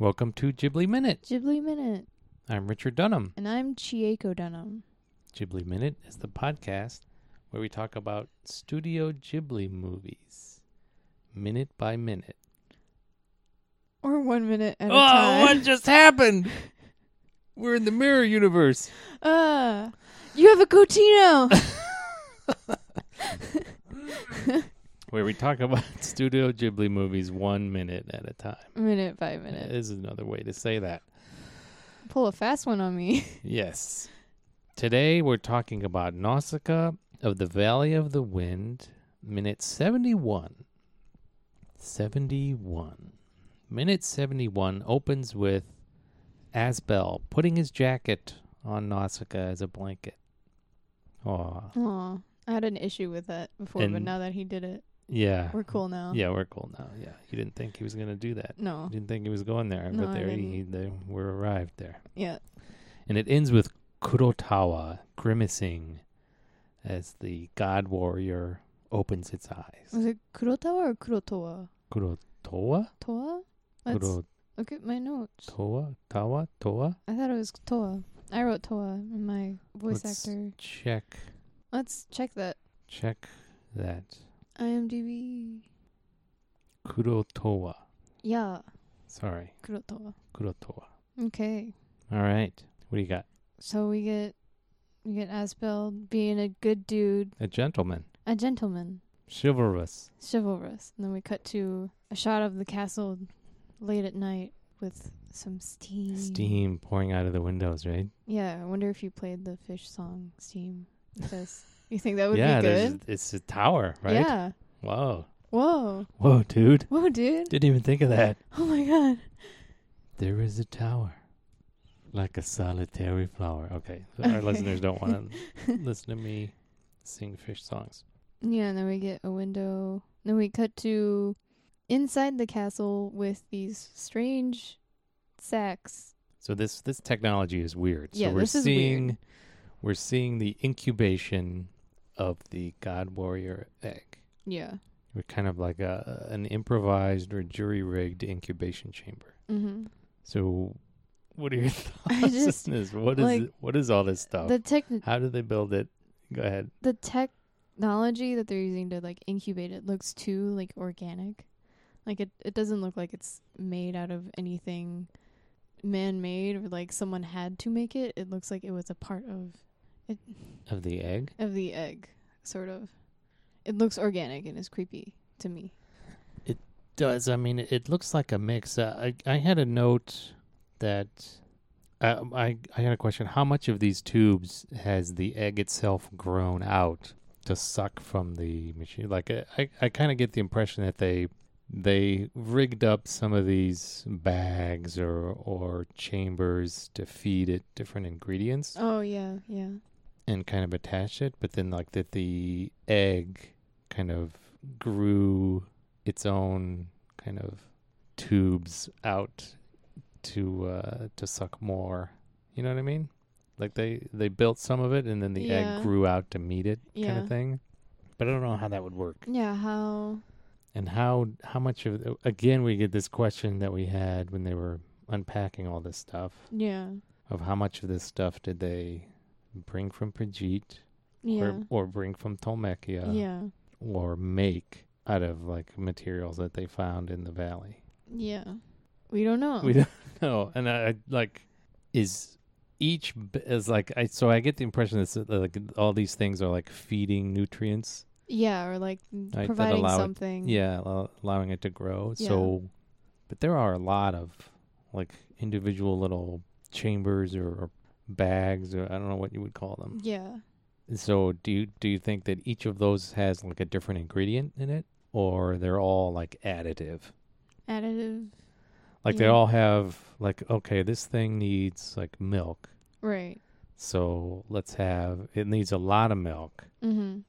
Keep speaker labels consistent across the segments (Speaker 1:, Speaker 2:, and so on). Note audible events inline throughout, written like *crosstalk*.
Speaker 1: Welcome to Ghibli Minute.
Speaker 2: Ghibli Minute.
Speaker 1: I'm Richard Dunham.
Speaker 2: And I'm Chieko Dunham.
Speaker 1: Ghibli Minute is the podcast where we talk about Studio Ghibli movies, minute by minute.
Speaker 2: Or one minute at
Speaker 1: oh,
Speaker 2: a time.
Speaker 1: what just happened? We're in the mirror universe.
Speaker 2: *laughs* Ah, you have a Cotino. *laughs*
Speaker 1: Where we talk about *laughs* Studio Ghibli movies one minute at a time.
Speaker 2: minute by minute.
Speaker 1: Is another way to say that.
Speaker 2: Pull a fast one on me.
Speaker 1: Yes. Today we're talking about Nausicaa of the Valley of the Wind, minute 71. 71. Minute 71 opens with Asbel putting his jacket on Nausicaa as a blanket. Aw.
Speaker 2: *laughs* Aw. I had an issue with that before, but
Speaker 1: And-
Speaker 2: now that he did it,
Speaker 1: Yeah.
Speaker 2: we're cool now.
Speaker 1: Yeah, we're cool now. Yeah. You didn't think he was going to do that. You
Speaker 2: No.
Speaker 1: didn't think he was going there,
Speaker 2: No,
Speaker 1: but
Speaker 2: I
Speaker 1: there
Speaker 2: didn't.
Speaker 1: he, there we're arrived there.
Speaker 2: Yeah.
Speaker 1: And it ends with Kurotawa grimacing as the god warrior opens its eyes.
Speaker 2: Was it Kurotawa or Kurotoa?
Speaker 1: Kurotowa?
Speaker 2: Toa? Let's
Speaker 1: Kurotowa?
Speaker 2: look at my notes.
Speaker 1: Tawa? Toa?
Speaker 2: I thought it was Toa. I wrote Toa in my voice
Speaker 1: Let's-
Speaker 2: actor.
Speaker 1: Check.
Speaker 2: Let's check that.
Speaker 1: Check that.
Speaker 2: IMDb.
Speaker 1: Kurotowa.
Speaker 2: Yeah.
Speaker 1: Sorry.
Speaker 2: Kurotoa.
Speaker 1: Kurotowa.
Speaker 2: Okay.
Speaker 1: All right. What do you got?
Speaker 2: So we get we get Asbel being a good dude,
Speaker 1: A gentleman.
Speaker 2: a gentleman,
Speaker 1: Chivalrous.
Speaker 2: chivalrous. And then we cut to a shot of the castle late at night with some steam.
Speaker 1: Steam pouring out of the windows, right?
Speaker 2: Yeah, I wonder if you played the fish song steam with this. You think that would
Speaker 1: yeah,
Speaker 2: be
Speaker 1: there's-
Speaker 2: good?
Speaker 1: it's a tower, right?
Speaker 2: Yeah.
Speaker 1: Whoa.
Speaker 2: Whoa.
Speaker 1: Whoa, dude.
Speaker 2: Whoa, dude.
Speaker 1: Didn't even think of that.
Speaker 2: Oh my god.
Speaker 1: There is a tower, like a solitary flower. Okay, our
Speaker 2: Okay.
Speaker 1: listeners don't want to listen to me sing fish songs.
Speaker 2: Yeah, and then we get a window. Then we cut to inside the castle with these strange sacks.
Speaker 1: So this this technology is weird.
Speaker 2: Yeah,
Speaker 1: so we're
Speaker 2: this is weird.
Speaker 1: seeing we're seeing the incubation of the god warrior egg.
Speaker 2: Yeah.
Speaker 1: We're kind of like a an improvised or jury rigged incubation chamber. *laughs*
Speaker 2: Mm-hmm.
Speaker 1: So, what are your thoughts
Speaker 2: I just-
Speaker 1: on this? What is
Speaker 2: like,
Speaker 1: it- what is all this stuff?
Speaker 2: The tech
Speaker 1: How did they build it? Go ahead.
Speaker 2: the technology that they're using to like incubate it looks too like organic. Like it it doesn't look like it's made out of anything man made or like someone had to make it. It looks like it was a part of it
Speaker 1: Of the egg.
Speaker 2: of the egg, sort of. It looks organic and is creepy to me.
Speaker 1: does. I mean, it- it looks like a mix. Uh, I I had a note that uh, I I had a question. How much of these tubes has the egg itself grown out to suck from the machine? Like uh, I I kind of get the impression that they they rigged up some of these bags or or chambers to feed it different ingredients
Speaker 2: Oh yeah, yeah.
Speaker 1: and kind of attached it, but then like that the egg kind of grew its own kind of tubes out to uh to suck more. You know what I mean? Like they they built some of it and then the
Speaker 2: Yeah.
Speaker 1: egg grew out to meet it kind
Speaker 2: Yeah.
Speaker 1: of thing. But I don't know how that would work.
Speaker 2: Yeah, how
Speaker 1: And how how much of again we get this question that we had when they were unpacking all this stuff
Speaker 2: yeah.
Speaker 1: of how much of this stuff did they bring from Prajit
Speaker 2: Yeah.
Speaker 1: or, or bring from Tolmekia
Speaker 2: yeah.
Speaker 1: or make out of like materials that they found in the valley.
Speaker 2: Yeah. We don't know.
Speaker 1: We *laughs* don't know. And I, I like is each b- is like I so I get the impression that like all these things are like feeding nutrients.
Speaker 2: yeah, or like
Speaker 1: that
Speaker 2: providing
Speaker 1: allow it-
Speaker 2: something.
Speaker 1: Yeah, allow- allowing it to grow.
Speaker 2: Mm. Yeah.
Speaker 1: So but there are a lot of like individual little chambers or, or bags or I don't know what you would call them.
Speaker 2: Yeah.
Speaker 1: So do you do you think that each of those has like a different ingredient in it, or they're all like additive?
Speaker 2: Additive.
Speaker 1: Like they
Speaker 2: Yeah.
Speaker 1: all have like okay, this thing needs like milk,
Speaker 2: Right.
Speaker 1: so let's have it needs a lot of milk,
Speaker 2: Mm-hmm.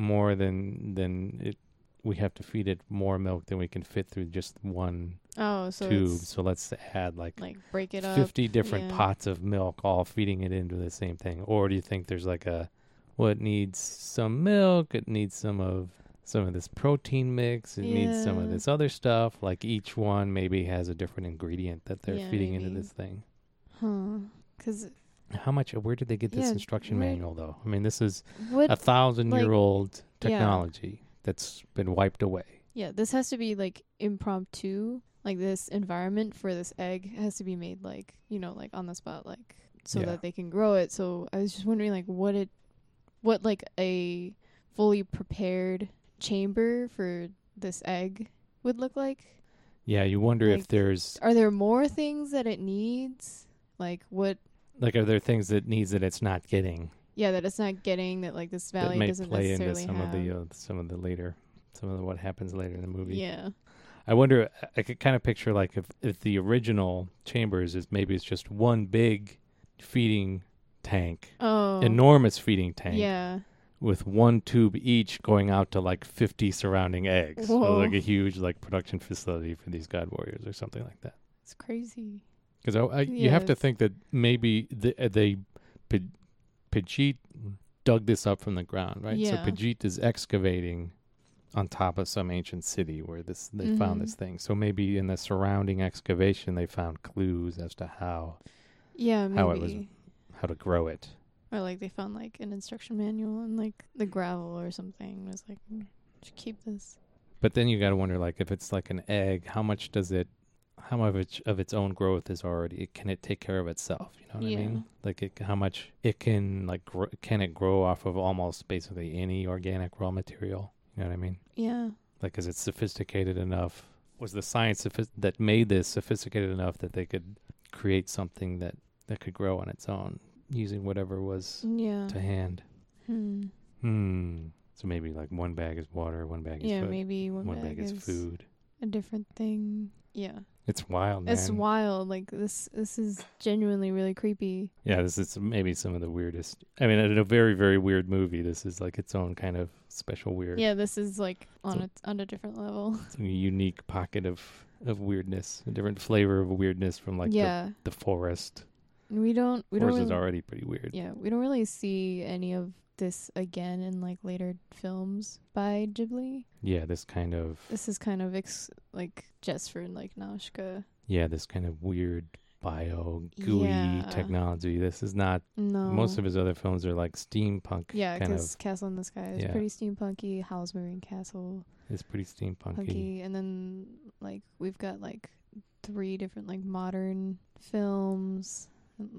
Speaker 1: more than than it. We have to feed it more milk than we can fit through just one
Speaker 2: Oh, so
Speaker 1: tube.
Speaker 2: it's
Speaker 1: So let's add like,
Speaker 2: like break it up.
Speaker 1: fifty different
Speaker 2: yeah.
Speaker 1: pots of milk, all feeding it into the same thing. Or do you think there's like a well, it needs some milk, it needs some of some of this protein mix. It needs some of
Speaker 2: Yeah.
Speaker 1: this other stuff. Like each one maybe has a different ingredient that they're
Speaker 2: Yeah,
Speaker 1: feeding into
Speaker 2: maybe.
Speaker 1: this thing.
Speaker 2: Huh. Because
Speaker 1: How much? uh, Where did they get this
Speaker 2: Yeah,
Speaker 1: instruction
Speaker 2: where-
Speaker 1: manual though? I mean, this is
Speaker 2: what?
Speaker 1: a thousand year
Speaker 2: like-
Speaker 1: old technology that's been wiped away.
Speaker 2: yeah, this has to be like impromptu. Like this environment for this egg has to be made like you know like on the spot like so
Speaker 1: Yeah.
Speaker 2: that they can grow it. So I was just wondering like what it, what like a fully prepared chamber for this egg would look like.
Speaker 1: Yeah, you wonder if
Speaker 2: Like-
Speaker 1: there's
Speaker 2: Are there more things that it needs? Like what?
Speaker 1: like are there things that needs that it's not getting
Speaker 2: Yeah, that it's not getting that like this
Speaker 1: that
Speaker 2: valley
Speaker 1: may
Speaker 2: doesn't
Speaker 1: play into
Speaker 2: necessarily
Speaker 1: some
Speaker 2: have.
Speaker 1: of the uh, some of the later some of the, what happens later in the movie.
Speaker 2: yeah.
Speaker 1: I wonder. I- I could kind of picture like if, if the original chambers is maybe it's just one big feeding tank,
Speaker 2: Oh.
Speaker 1: enormous feeding tank,
Speaker 2: Yeah.
Speaker 1: with one tube each going out to like fifty surrounding eggs, So,
Speaker 2: Whoa.
Speaker 1: like a huge like production facility for these god warriors or something like that.
Speaker 2: It's crazy.
Speaker 1: Because I, I, you have to
Speaker 2: Yes.
Speaker 1: think that maybe the, uh, they P- Pajit dug this up from the ground, right?
Speaker 2: Yeah.
Speaker 1: So Pajit is excavating on top of some ancient city where this they
Speaker 2: Mhm.
Speaker 1: found this thing. So maybe in the surrounding excavation they found clues as to how
Speaker 2: Yeah, maybe.
Speaker 1: How it was- how to grow it.
Speaker 2: Or like they found like an instruction manual and like the gravel or something It was like "Mm, should keep this.
Speaker 1: But then you got to wonder like if it's like an egg, how much does it how much of its own growth is already can it take care of itself, you know what
Speaker 2: Yeah.
Speaker 1: I mean? Like it, how much it can like grow, can it grow off of almost basically any organic raw material, you know what I mean?
Speaker 2: Yeah.
Speaker 1: Like, is it sophisticated enough? Was the science sophis- that made this sophisticated enough that they could create something that that could grow on its own using whatever was
Speaker 2: Yeah.
Speaker 1: to hand?
Speaker 2: Hmm.
Speaker 1: Hmm. So maybe like one bag is water, one bag is
Speaker 2: Yeah,
Speaker 1: food,
Speaker 2: maybe one,
Speaker 1: one, bag, is, food.
Speaker 2: a different thing. Yeah.
Speaker 1: It's wild, man.
Speaker 2: It's wild. Like this this is genuinely really creepy.
Speaker 1: yeah, this is maybe some of the weirdest. I mean, in a very very weird movie, this is like its own kind of special weird,
Speaker 2: Yeah, this is like on
Speaker 1: So-
Speaker 2: a on a different level.
Speaker 1: unique pocket of of weirdness, a different flavor of weirdness from like
Speaker 2: *laughs* yeah.
Speaker 1: the, the forest.
Speaker 2: And we don't we don't
Speaker 1: forest is
Speaker 2: really,
Speaker 1: already pretty weird.
Speaker 2: Yeah, we don't really see any of this again in like later films by Ghibli.
Speaker 1: Yeah, this kind of
Speaker 2: This is kind of ex- like just for like Nashka.
Speaker 1: yeah, this kind of weird bio gooey
Speaker 2: Yeah.
Speaker 1: technology. This is not
Speaker 2: No,
Speaker 1: most of his other films are like steampunk.
Speaker 2: yeah,
Speaker 1: kind
Speaker 2: because
Speaker 1: of
Speaker 2: Castle in the Sky is
Speaker 1: yeah.
Speaker 2: pretty steampunky. Howl's Moving Castle,
Speaker 1: it's pretty steampunky.
Speaker 2: punky, and then like we've got like three different like modern films,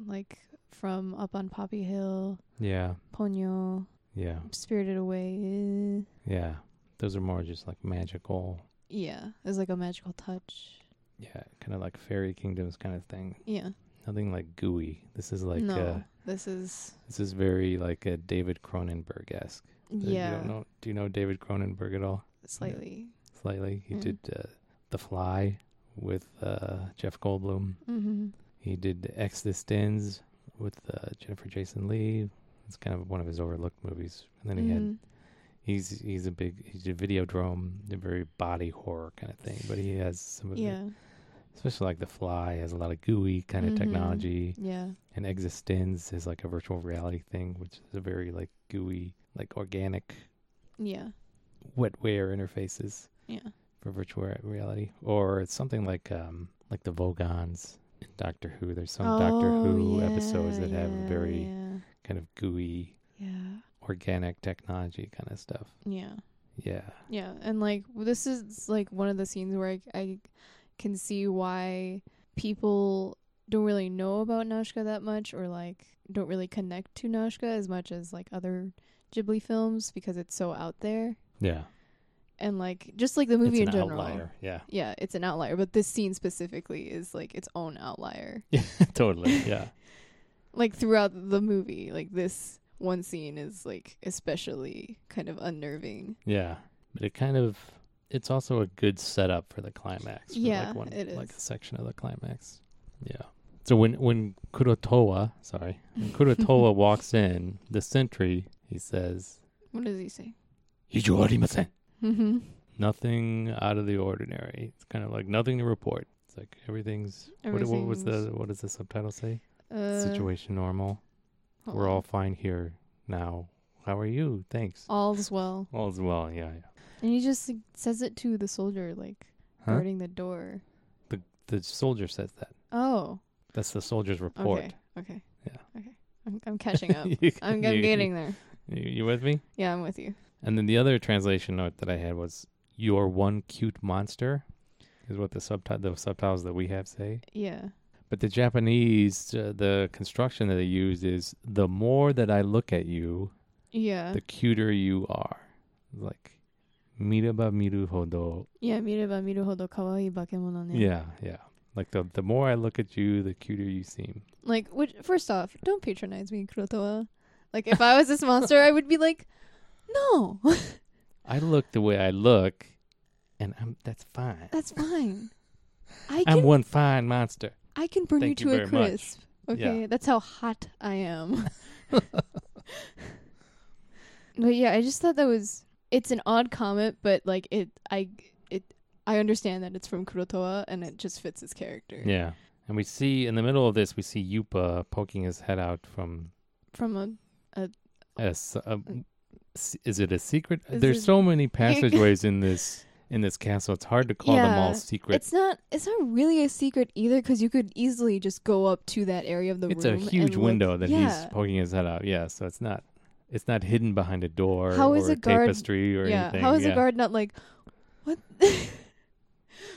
Speaker 2: like from Up on Poppy Hill,
Speaker 1: Yeah,
Speaker 2: Ponyo,
Speaker 1: yeah,
Speaker 2: Spirited Away. eh.
Speaker 1: yeah. Those are more just like magical.
Speaker 2: Yeah, it's like a magical touch.
Speaker 1: Yeah, kind of like fairy kingdoms kind of thing.
Speaker 2: Yeah,
Speaker 1: Nothing like gooey. This is like
Speaker 2: no,
Speaker 1: uh,
Speaker 2: this is
Speaker 1: this is very like a David Cronenberg esque. you
Speaker 2: yeah
Speaker 1: don't know, do you know David Cronenberg at all?
Speaker 2: slightly.
Speaker 1: Slightly. He
Speaker 2: Mm.
Speaker 1: did uh, The Fly with uh, Jeff Goldblum.
Speaker 2: Mm-hmm.
Speaker 1: He did Existenz with uh, Jennifer Jason Lee. It's kind of one of his overlooked movies. And then he
Speaker 2: Mm-hmm.
Speaker 1: had he's he's a big he did Videodrome, a very body horror kind of thing. But he has some of the-
Speaker 2: yeah,
Speaker 1: especially like The Fly has a lot of gooey kind of
Speaker 2: Mhm.
Speaker 1: technology,
Speaker 2: yeah.
Speaker 1: and Existenz is like a virtual reality thing, which is a very like gooey, like organic
Speaker 2: Yeah.
Speaker 1: wetware interfaces
Speaker 2: Yeah.
Speaker 1: for virtual re- reality, or it's something like um like the Vogons in Doctor Who. There's some Doctor Who episodes that have
Speaker 2: Oh, yeah,
Speaker 1: very
Speaker 2: yeah.
Speaker 1: kind of gooey
Speaker 2: Yeah.
Speaker 1: organic technology kind of stuff.
Speaker 2: Yeah.
Speaker 1: Yeah,
Speaker 2: Yeah. And like this is like one of the scenes where I, I can see why people don't really know about Nashka that much or like don't really connect to Nashka as much as like other Ghibli films because it's so out there.
Speaker 1: yeah.
Speaker 2: And like just like the movie
Speaker 1: it's
Speaker 2: in
Speaker 1: an
Speaker 2: general.
Speaker 1: outlier. Yeah, *laughs*
Speaker 2: Yeah, it's an outlier, but this scene specifically is like its own outlier.
Speaker 1: totally. Yeah,
Speaker 2: like throughout the movie like this one scene is like especially kind of unnerving
Speaker 1: yeah. But it kind of it's also a good setup for the climax. for
Speaker 2: Yeah,
Speaker 1: like one,
Speaker 2: it
Speaker 1: like
Speaker 2: is.
Speaker 1: a section of the climax. Yeah. So when when Kurotowa, sorry, when Kurotowa walks in, the sentry he says.
Speaker 2: *laughs* what does he say
Speaker 1: "Hijoありません."
Speaker 2: mm-hmm.
Speaker 1: Nothing out of the ordinary. It's kind of like nothing to report. It's like everything's. What, what was the?
Speaker 2: Everything's-
Speaker 1: What does the subtitle say?
Speaker 2: uh, uh-uh.
Speaker 1: Situation normal.
Speaker 2: hold
Speaker 1: We're all
Speaker 2: on.
Speaker 1: fine here now. How are you? Thanks.
Speaker 2: Uh, all's well
Speaker 1: All's well. Yeah, yeah.
Speaker 2: And he just like, says it to the soldier, like
Speaker 1: Huh?
Speaker 2: guarding the door.
Speaker 1: The the soldier says that.
Speaker 2: Oh,
Speaker 1: That's the soldier's report.
Speaker 2: okay, okay,
Speaker 1: Yeah.
Speaker 2: okay. I'm, I'm catching
Speaker 1: *laughs*
Speaker 2: up.
Speaker 1: You-
Speaker 2: I'm,
Speaker 1: you-
Speaker 2: I'm getting there.
Speaker 1: You, you with me?
Speaker 2: Yeah, I'm with you.
Speaker 1: And then the other translation note that I had was "Your one cute monster," is what the subtitle the subtitles that we have say.
Speaker 2: Yeah.
Speaker 1: But the Japanese, uh, the construction that they use is "The more that I look at you,
Speaker 2: Yeah.
Speaker 1: the cuter you are." Like, miraba miru hodo.
Speaker 2: yeah, mireba miru hodo kawaii bakemono ne.
Speaker 1: Yeah, yeah. Like the the more I look at you, the cuter you seem.
Speaker 2: Like, which, first off, don't patronize me, Kurotoa. Like, if I was this monster, I would be like, no,
Speaker 1: I look the way I look, and I'm that's fine.
Speaker 2: that's fine. I
Speaker 1: I'm
Speaker 2: can,
Speaker 1: one fine monster.
Speaker 2: I can burn
Speaker 1: Thank you
Speaker 2: you to
Speaker 1: very
Speaker 2: a
Speaker 1: much.
Speaker 2: crisp. Okay, that's how hot I am. *laughs* but yeah, I just thought that was it's an odd comment, but like it, I it I understand that it's from Kurotoa and it just fits his character.
Speaker 1: Yeah. And we see in the middle of this, we see Yupa poking his head out from
Speaker 2: From a
Speaker 1: a, s- a- s- is it a secret?
Speaker 2: Is
Speaker 1: There's
Speaker 2: it-
Speaker 1: so
Speaker 2: *laughs*
Speaker 1: many passageways in this in this castle. It's hard to call them all
Speaker 2: Yeah.
Speaker 1: secret.
Speaker 2: It's not. It's not really a secret either, because you could easily just go up to that area of the
Speaker 1: It's a
Speaker 2: room. and
Speaker 1: huge
Speaker 2: look-
Speaker 1: window that
Speaker 2: yeah.
Speaker 1: he's poking his head out. Yeah, so it's not it's not hidden behind a door
Speaker 2: How
Speaker 1: or
Speaker 2: is
Speaker 1: a
Speaker 2: a guard-
Speaker 1: tapestry or
Speaker 2: yeah.
Speaker 1: anything.
Speaker 2: How is
Speaker 1: yeah.
Speaker 2: the guard not like, what? *laughs*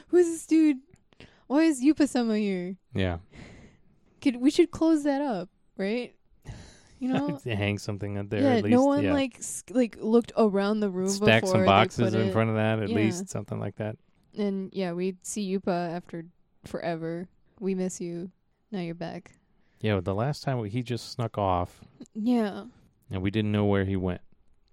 Speaker 2: Who's this dude? Why is Yupasama here?
Speaker 1: Yeah.
Speaker 2: Could we should close that up, right?
Speaker 1: *laughs*
Speaker 2: You know.
Speaker 1: hang something up there
Speaker 2: Oh. yeah.
Speaker 1: at least.
Speaker 2: no one
Speaker 1: yeah.
Speaker 2: like s- like looked around the room.
Speaker 1: stack
Speaker 2: before
Speaker 1: some
Speaker 2: they
Speaker 1: boxes
Speaker 2: put
Speaker 1: in
Speaker 2: it-
Speaker 1: front of that at
Speaker 2: Yeah.
Speaker 1: least something like that.
Speaker 2: And yeah, we see Yupa after forever. We miss you. Now you're back.
Speaker 1: Yeah, but the last time he just snuck off
Speaker 2: Yeah.
Speaker 1: and we didn't know where he went.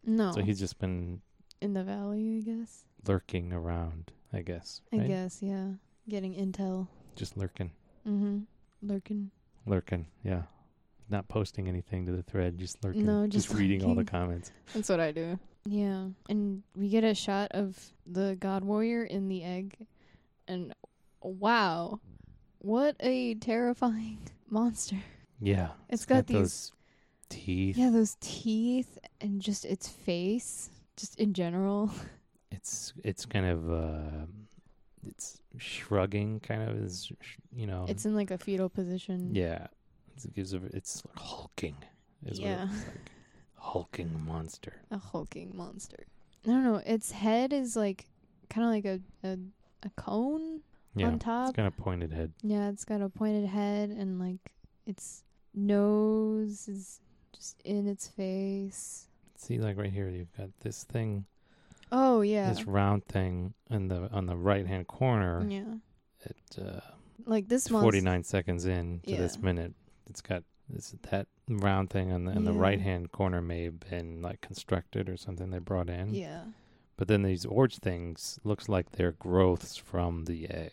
Speaker 2: No.
Speaker 1: So he's just been
Speaker 2: in the valley, I guess.
Speaker 1: lurking around, I guess.
Speaker 2: I
Speaker 1: right?
Speaker 2: guess, yeah. Getting intel.
Speaker 1: Just lurking,
Speaker 2: Mm-hmm. Lurking.
Speaker 1: lurking. Yeah, not posting anything to the thread, just lurking.
Speaker 2: No, just
Speaker 1: reading all the
Speaker 2: lurking.
Speaker 1: comments.
Speaker 2: That's what I do. Yeah. And we get a shot of the God Warrior in the egg. And wow. What a terrifying *laughs* monster.
Speaker 1: Yeah,
Speaker 2: It's got, these
Speaker 1: those teeth.
Speaker 2: yeah, those teeth and just its face. Just in general.
Speaker 1: It's it's kind of uh, it's shrugging, kind of is sh- you know.
Speaker 2: It's in like a fetal position.
Speaker 1: Um, yeah, it's, it gives a, it's like hulking. Is
Speaker 2: Yeah.
Speaker 1: what it's
Speaker 2: *laughs*
Speaker 1: like. hulking monster.
Speaker 2: A hulking monster. I don't know. Its head is like kind of like a, a a cone
Speaker 1: Yeah,
Speaker 2: on top.
Speaker 1: it's got a pointed head.
Speaker 2: Yeah, it's got a pointed head and like its nose is just in its face.
Speaker 1: See, like right here, you've got this thing,
Speaker 2: Oh yeah.
Speaker 1: this round thing, on the on the right hand corner.
Speaker 2: Yeah.
Speaker 1: It uh,
Speaker 2: Like this
Speaker 1: It's
Speaker 2: monster.
Speaker 1: 49 seconds in to this
Speaker 2: Yeah.
Speaker 1: minute. It's got this, that round thing on the, in the
Speaker 2: Yeah.
Speaker 1: right hand corner may have been like constructed or something they brought in.
Speaker 2: Yeah.
Speaker 1: But then these orange things looks like they're growths from the egg.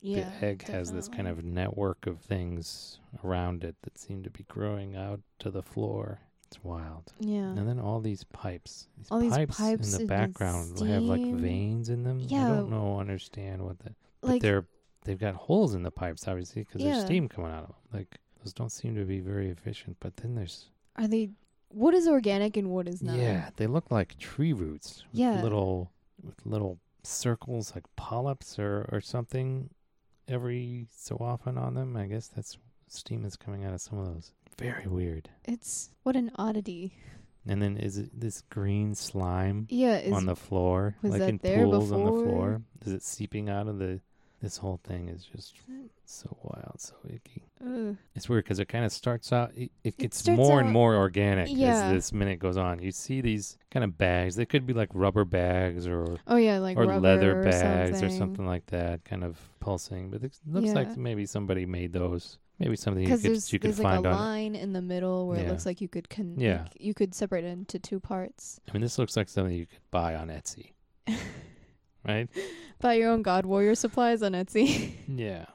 Speaker 2: Yeah.
Speaker 1: the egg has this kind of
Speaker 2: definitely.
Speaker 1: network of things around it that seem to be growing out to the floor. It's wild.
Speaker 2: Yeah.
Speaker 1: And then all these pipes, these,
Speaker 2: All these pipes
Speaker 1: in the
Speaker 2: and the
Speaker 1: background have like
Speaker 2: steam.
Speaker 1: veins in them. I
Speaker 2: Yeah.
Speaker 1: don't know, understand what the but
Speaker 2: like
Speaker 1: they're they've got holes in the pipes obviously because there's
Speaker 2: Yeah.
Speaker 1: steam coming out of them like those don't seem to be very efficient but then there's
Speaker 2: are they what is organic and what is not?
Speaker 1: yeah they look like tree roots with
Speaker 2: Yeah.
Speaker 1: little with little circles like polyps or or something every so often on them i guess that's steam is coming out of some of those very weird
Speaker 2: It's what an oddity.
Speaker 1: and then is it this green slime
Speaker 2: Yeah, is
Speaker 1: on the floor
Speaker 2: was
Speaker 1: like
Speaker 2: that
Speaker 1: in
Speaker 2: there
Speaker 1: pools on the
Speaker 2: before?
Speaker 1: floor is it seeping out of the this whole thing is just
Speaker 2: Mm.
Speaker 1: so wild so icky
Speaker 2: ugh.
Speaker 1: It's weird because it kind of starts out. It, it gets
Speaker 2: starts
Speaker 1: more and
Speaker 2: out-
Speaker 1: more organic
Speaker 2: Yeah.
Speaker 1: as this minute goes on. You see these kind of bags. They could be like rubber bags or
Speaker 2: Oh yeah, like
Speaker 1: or
Speaker 2: rubber
Speaker 1: leather
Speaker 2: or
Speaker 1: bags or
Speaker 2: something.
Speaker 1: something like that, kind of pulsing. But it looks like
Speaker 2: Yeah.
Speaker 1: maybe somebody made those. Maybe something you
Speaker 2: Because
Speaker 1: could
Speaker 2: there's,
Speaker 1: you could
Speaker 2: there's like
Speaker 1: find
Speaker 2: a
Speaker 1: on.
Speaker 2: line in the middle where
Speaker 1: Yeah.
Speaker 2: it looks like you could con-
Speaker 1: Yeah.
Speaker 2: like, you could separate it into two parts.
Speaker 1: I mean, this looks like something you could buy on
Speaker 2: *laughs*
Speaker 1: Etsy, right?
Speaker 2: Buy your own God Warrior supplies on Etsy. *laughs*
Speaker 1: yeah.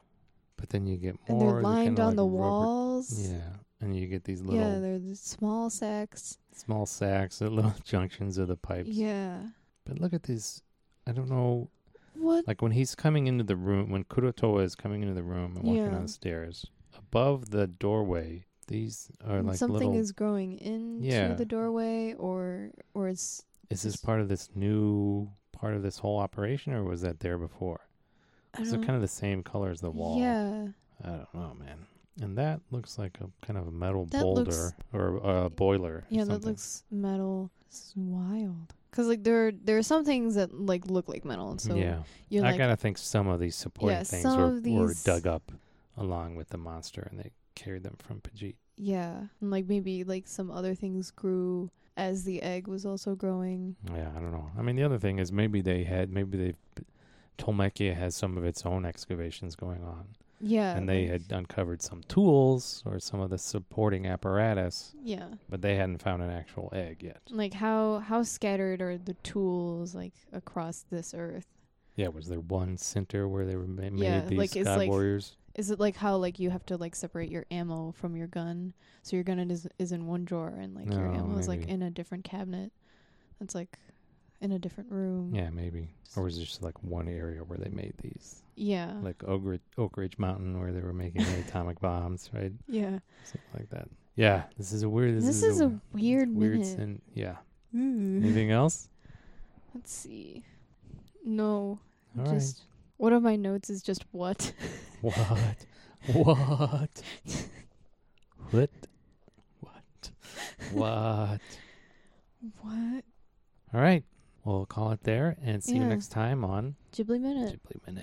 Speaker 1: But then you get
Speaker 2: and
Speaker 1: more.
Speaker 2: they're
Speaker 1: of the
Speaker 2: lined
Speaker 1: kinda
Speaker 2: on
Speaker 1: like
Speaker 2: the
Speaker 1: rubber-
Speaker 2: walls.
Speaker 1: Yeah, and you get these
Speaker 2: Yeah,
Speaker 1: little
Speaker 2: they're the small sacks.
Speaker 1: small sacks, the little *laughs* junctions of the pipes.
Speaker 2: Yeah.
Speaker 1: But look at these. I don't know
Speaker 2: What?
Speaker 1: Like when he's coming into the room, when Kurotoa is coming into the room and walking
Speaker 2: Yeah.
Speaker 1: down the stairs, above the doorway, these are like
Speaker 2: Something
Speaker 1: little.
Speaker 2: is growing into
Speaker 1: Yeah.
Speaker 2: the doorway, or or it's
Speaker 1: Is this part of this new part of this whole operation, or was that there before?
Speaker 2: I
Speaker 1: Is it
Speaker 2: don't-
Speaker 1: kind of the same color as the wall?
Speaker 2: Yeah.
Speaker 1: I don't know, man. And that looks like a kind of a metal
Speaker 2: That
Speaker 1: boulder
Speaker 2: looks-
Speaker 1: or a boiler.
Speaker 2: Yeah,
Speaker 1: or something.
Speaker 2: that looks metal. It's wild. Cause like there are, there are some things that like look like metal, so
Speaker 1: yeah,
Speaker 2: you're
Speaker 1: I
Speaker 2: like,
Speaker 1: gotta think some of these supporting
Speaker 2: Yeah,
Speaker 1: things
Speaker 2: some
Speaker 1: were,
Speaker 2: of
Speaker 1: were
Speaker 2: these-
Speaker 1: dug up along with the monster, and they carried them from Pajit.
Speaker 2: yeah, and like maybe like some other things grew as the egg was also growing.
Speaker 1: Yeah, I don't know. I mean, the other thing is maybe they had maybe they Tolmekia has some of its own excavations going on,
Speaker 2: Yeah,
Speaker 1: and they
Speaker 2: like-
Speaker 1: had uncovered some tools or some of the supporting apparatus,
Speaker 2: yeah,
Speaker 1: but they hadn't found an actual egg yet.
Speaker 2: like how how scattered are the tools like across this earth?
Speaker 1: Yeah, was there one center where they were ma- made
Speaker 2: Yeah,
Speaker 1: these
Speaker 2: like, it's
Speaker 1: god
Speaker 2: like-
Speaker 1: warriors?
Speaker 2: Is it like how like you have to like separate your ammo from your gun? So your gun is is in one drawer and like your
Speaker 1: No,
Speaker 2: ammo is like
Speaker 1: Oh, maybe.
Speaker 2: in a different cabinet. That's like in a different room.
Speaker 1: Yeah, maybe. Or was it just like one area where they made these,
Speaker 2: Yeah.
Speaker 1: like Oak Ridge, Oak Ridge Mountain, where they were making
Speaker 2: *laughs*
Speaker 1: the atomic bombs, right?
Speaker 2: yeah.
Speaker 1: Something like that. Yeah, this is a weird. This,
Speaker 2: This, is, a, weird
Speaker 1: weird
Speaker 2: minute.
Speaker 1: sin- yeah.
Speaker 2: Ooh.
Speaker 1: Anything
Speaker 2: *laughs*
Speaker 1: else?
Speaker 2: Let's see. No.
Speaker 1: All right.
Speaker 2: just one of my notes is just what.
Speaker 1: What? What? what? What? What?
Speaker 2: what?
Speaker 1: All right. We'll call it there and see you
Speaker 2: Yeah.
Speaker 1: next time on
Speaker 2: Ghibli minute.
Speaker 1: Ghibli Minute.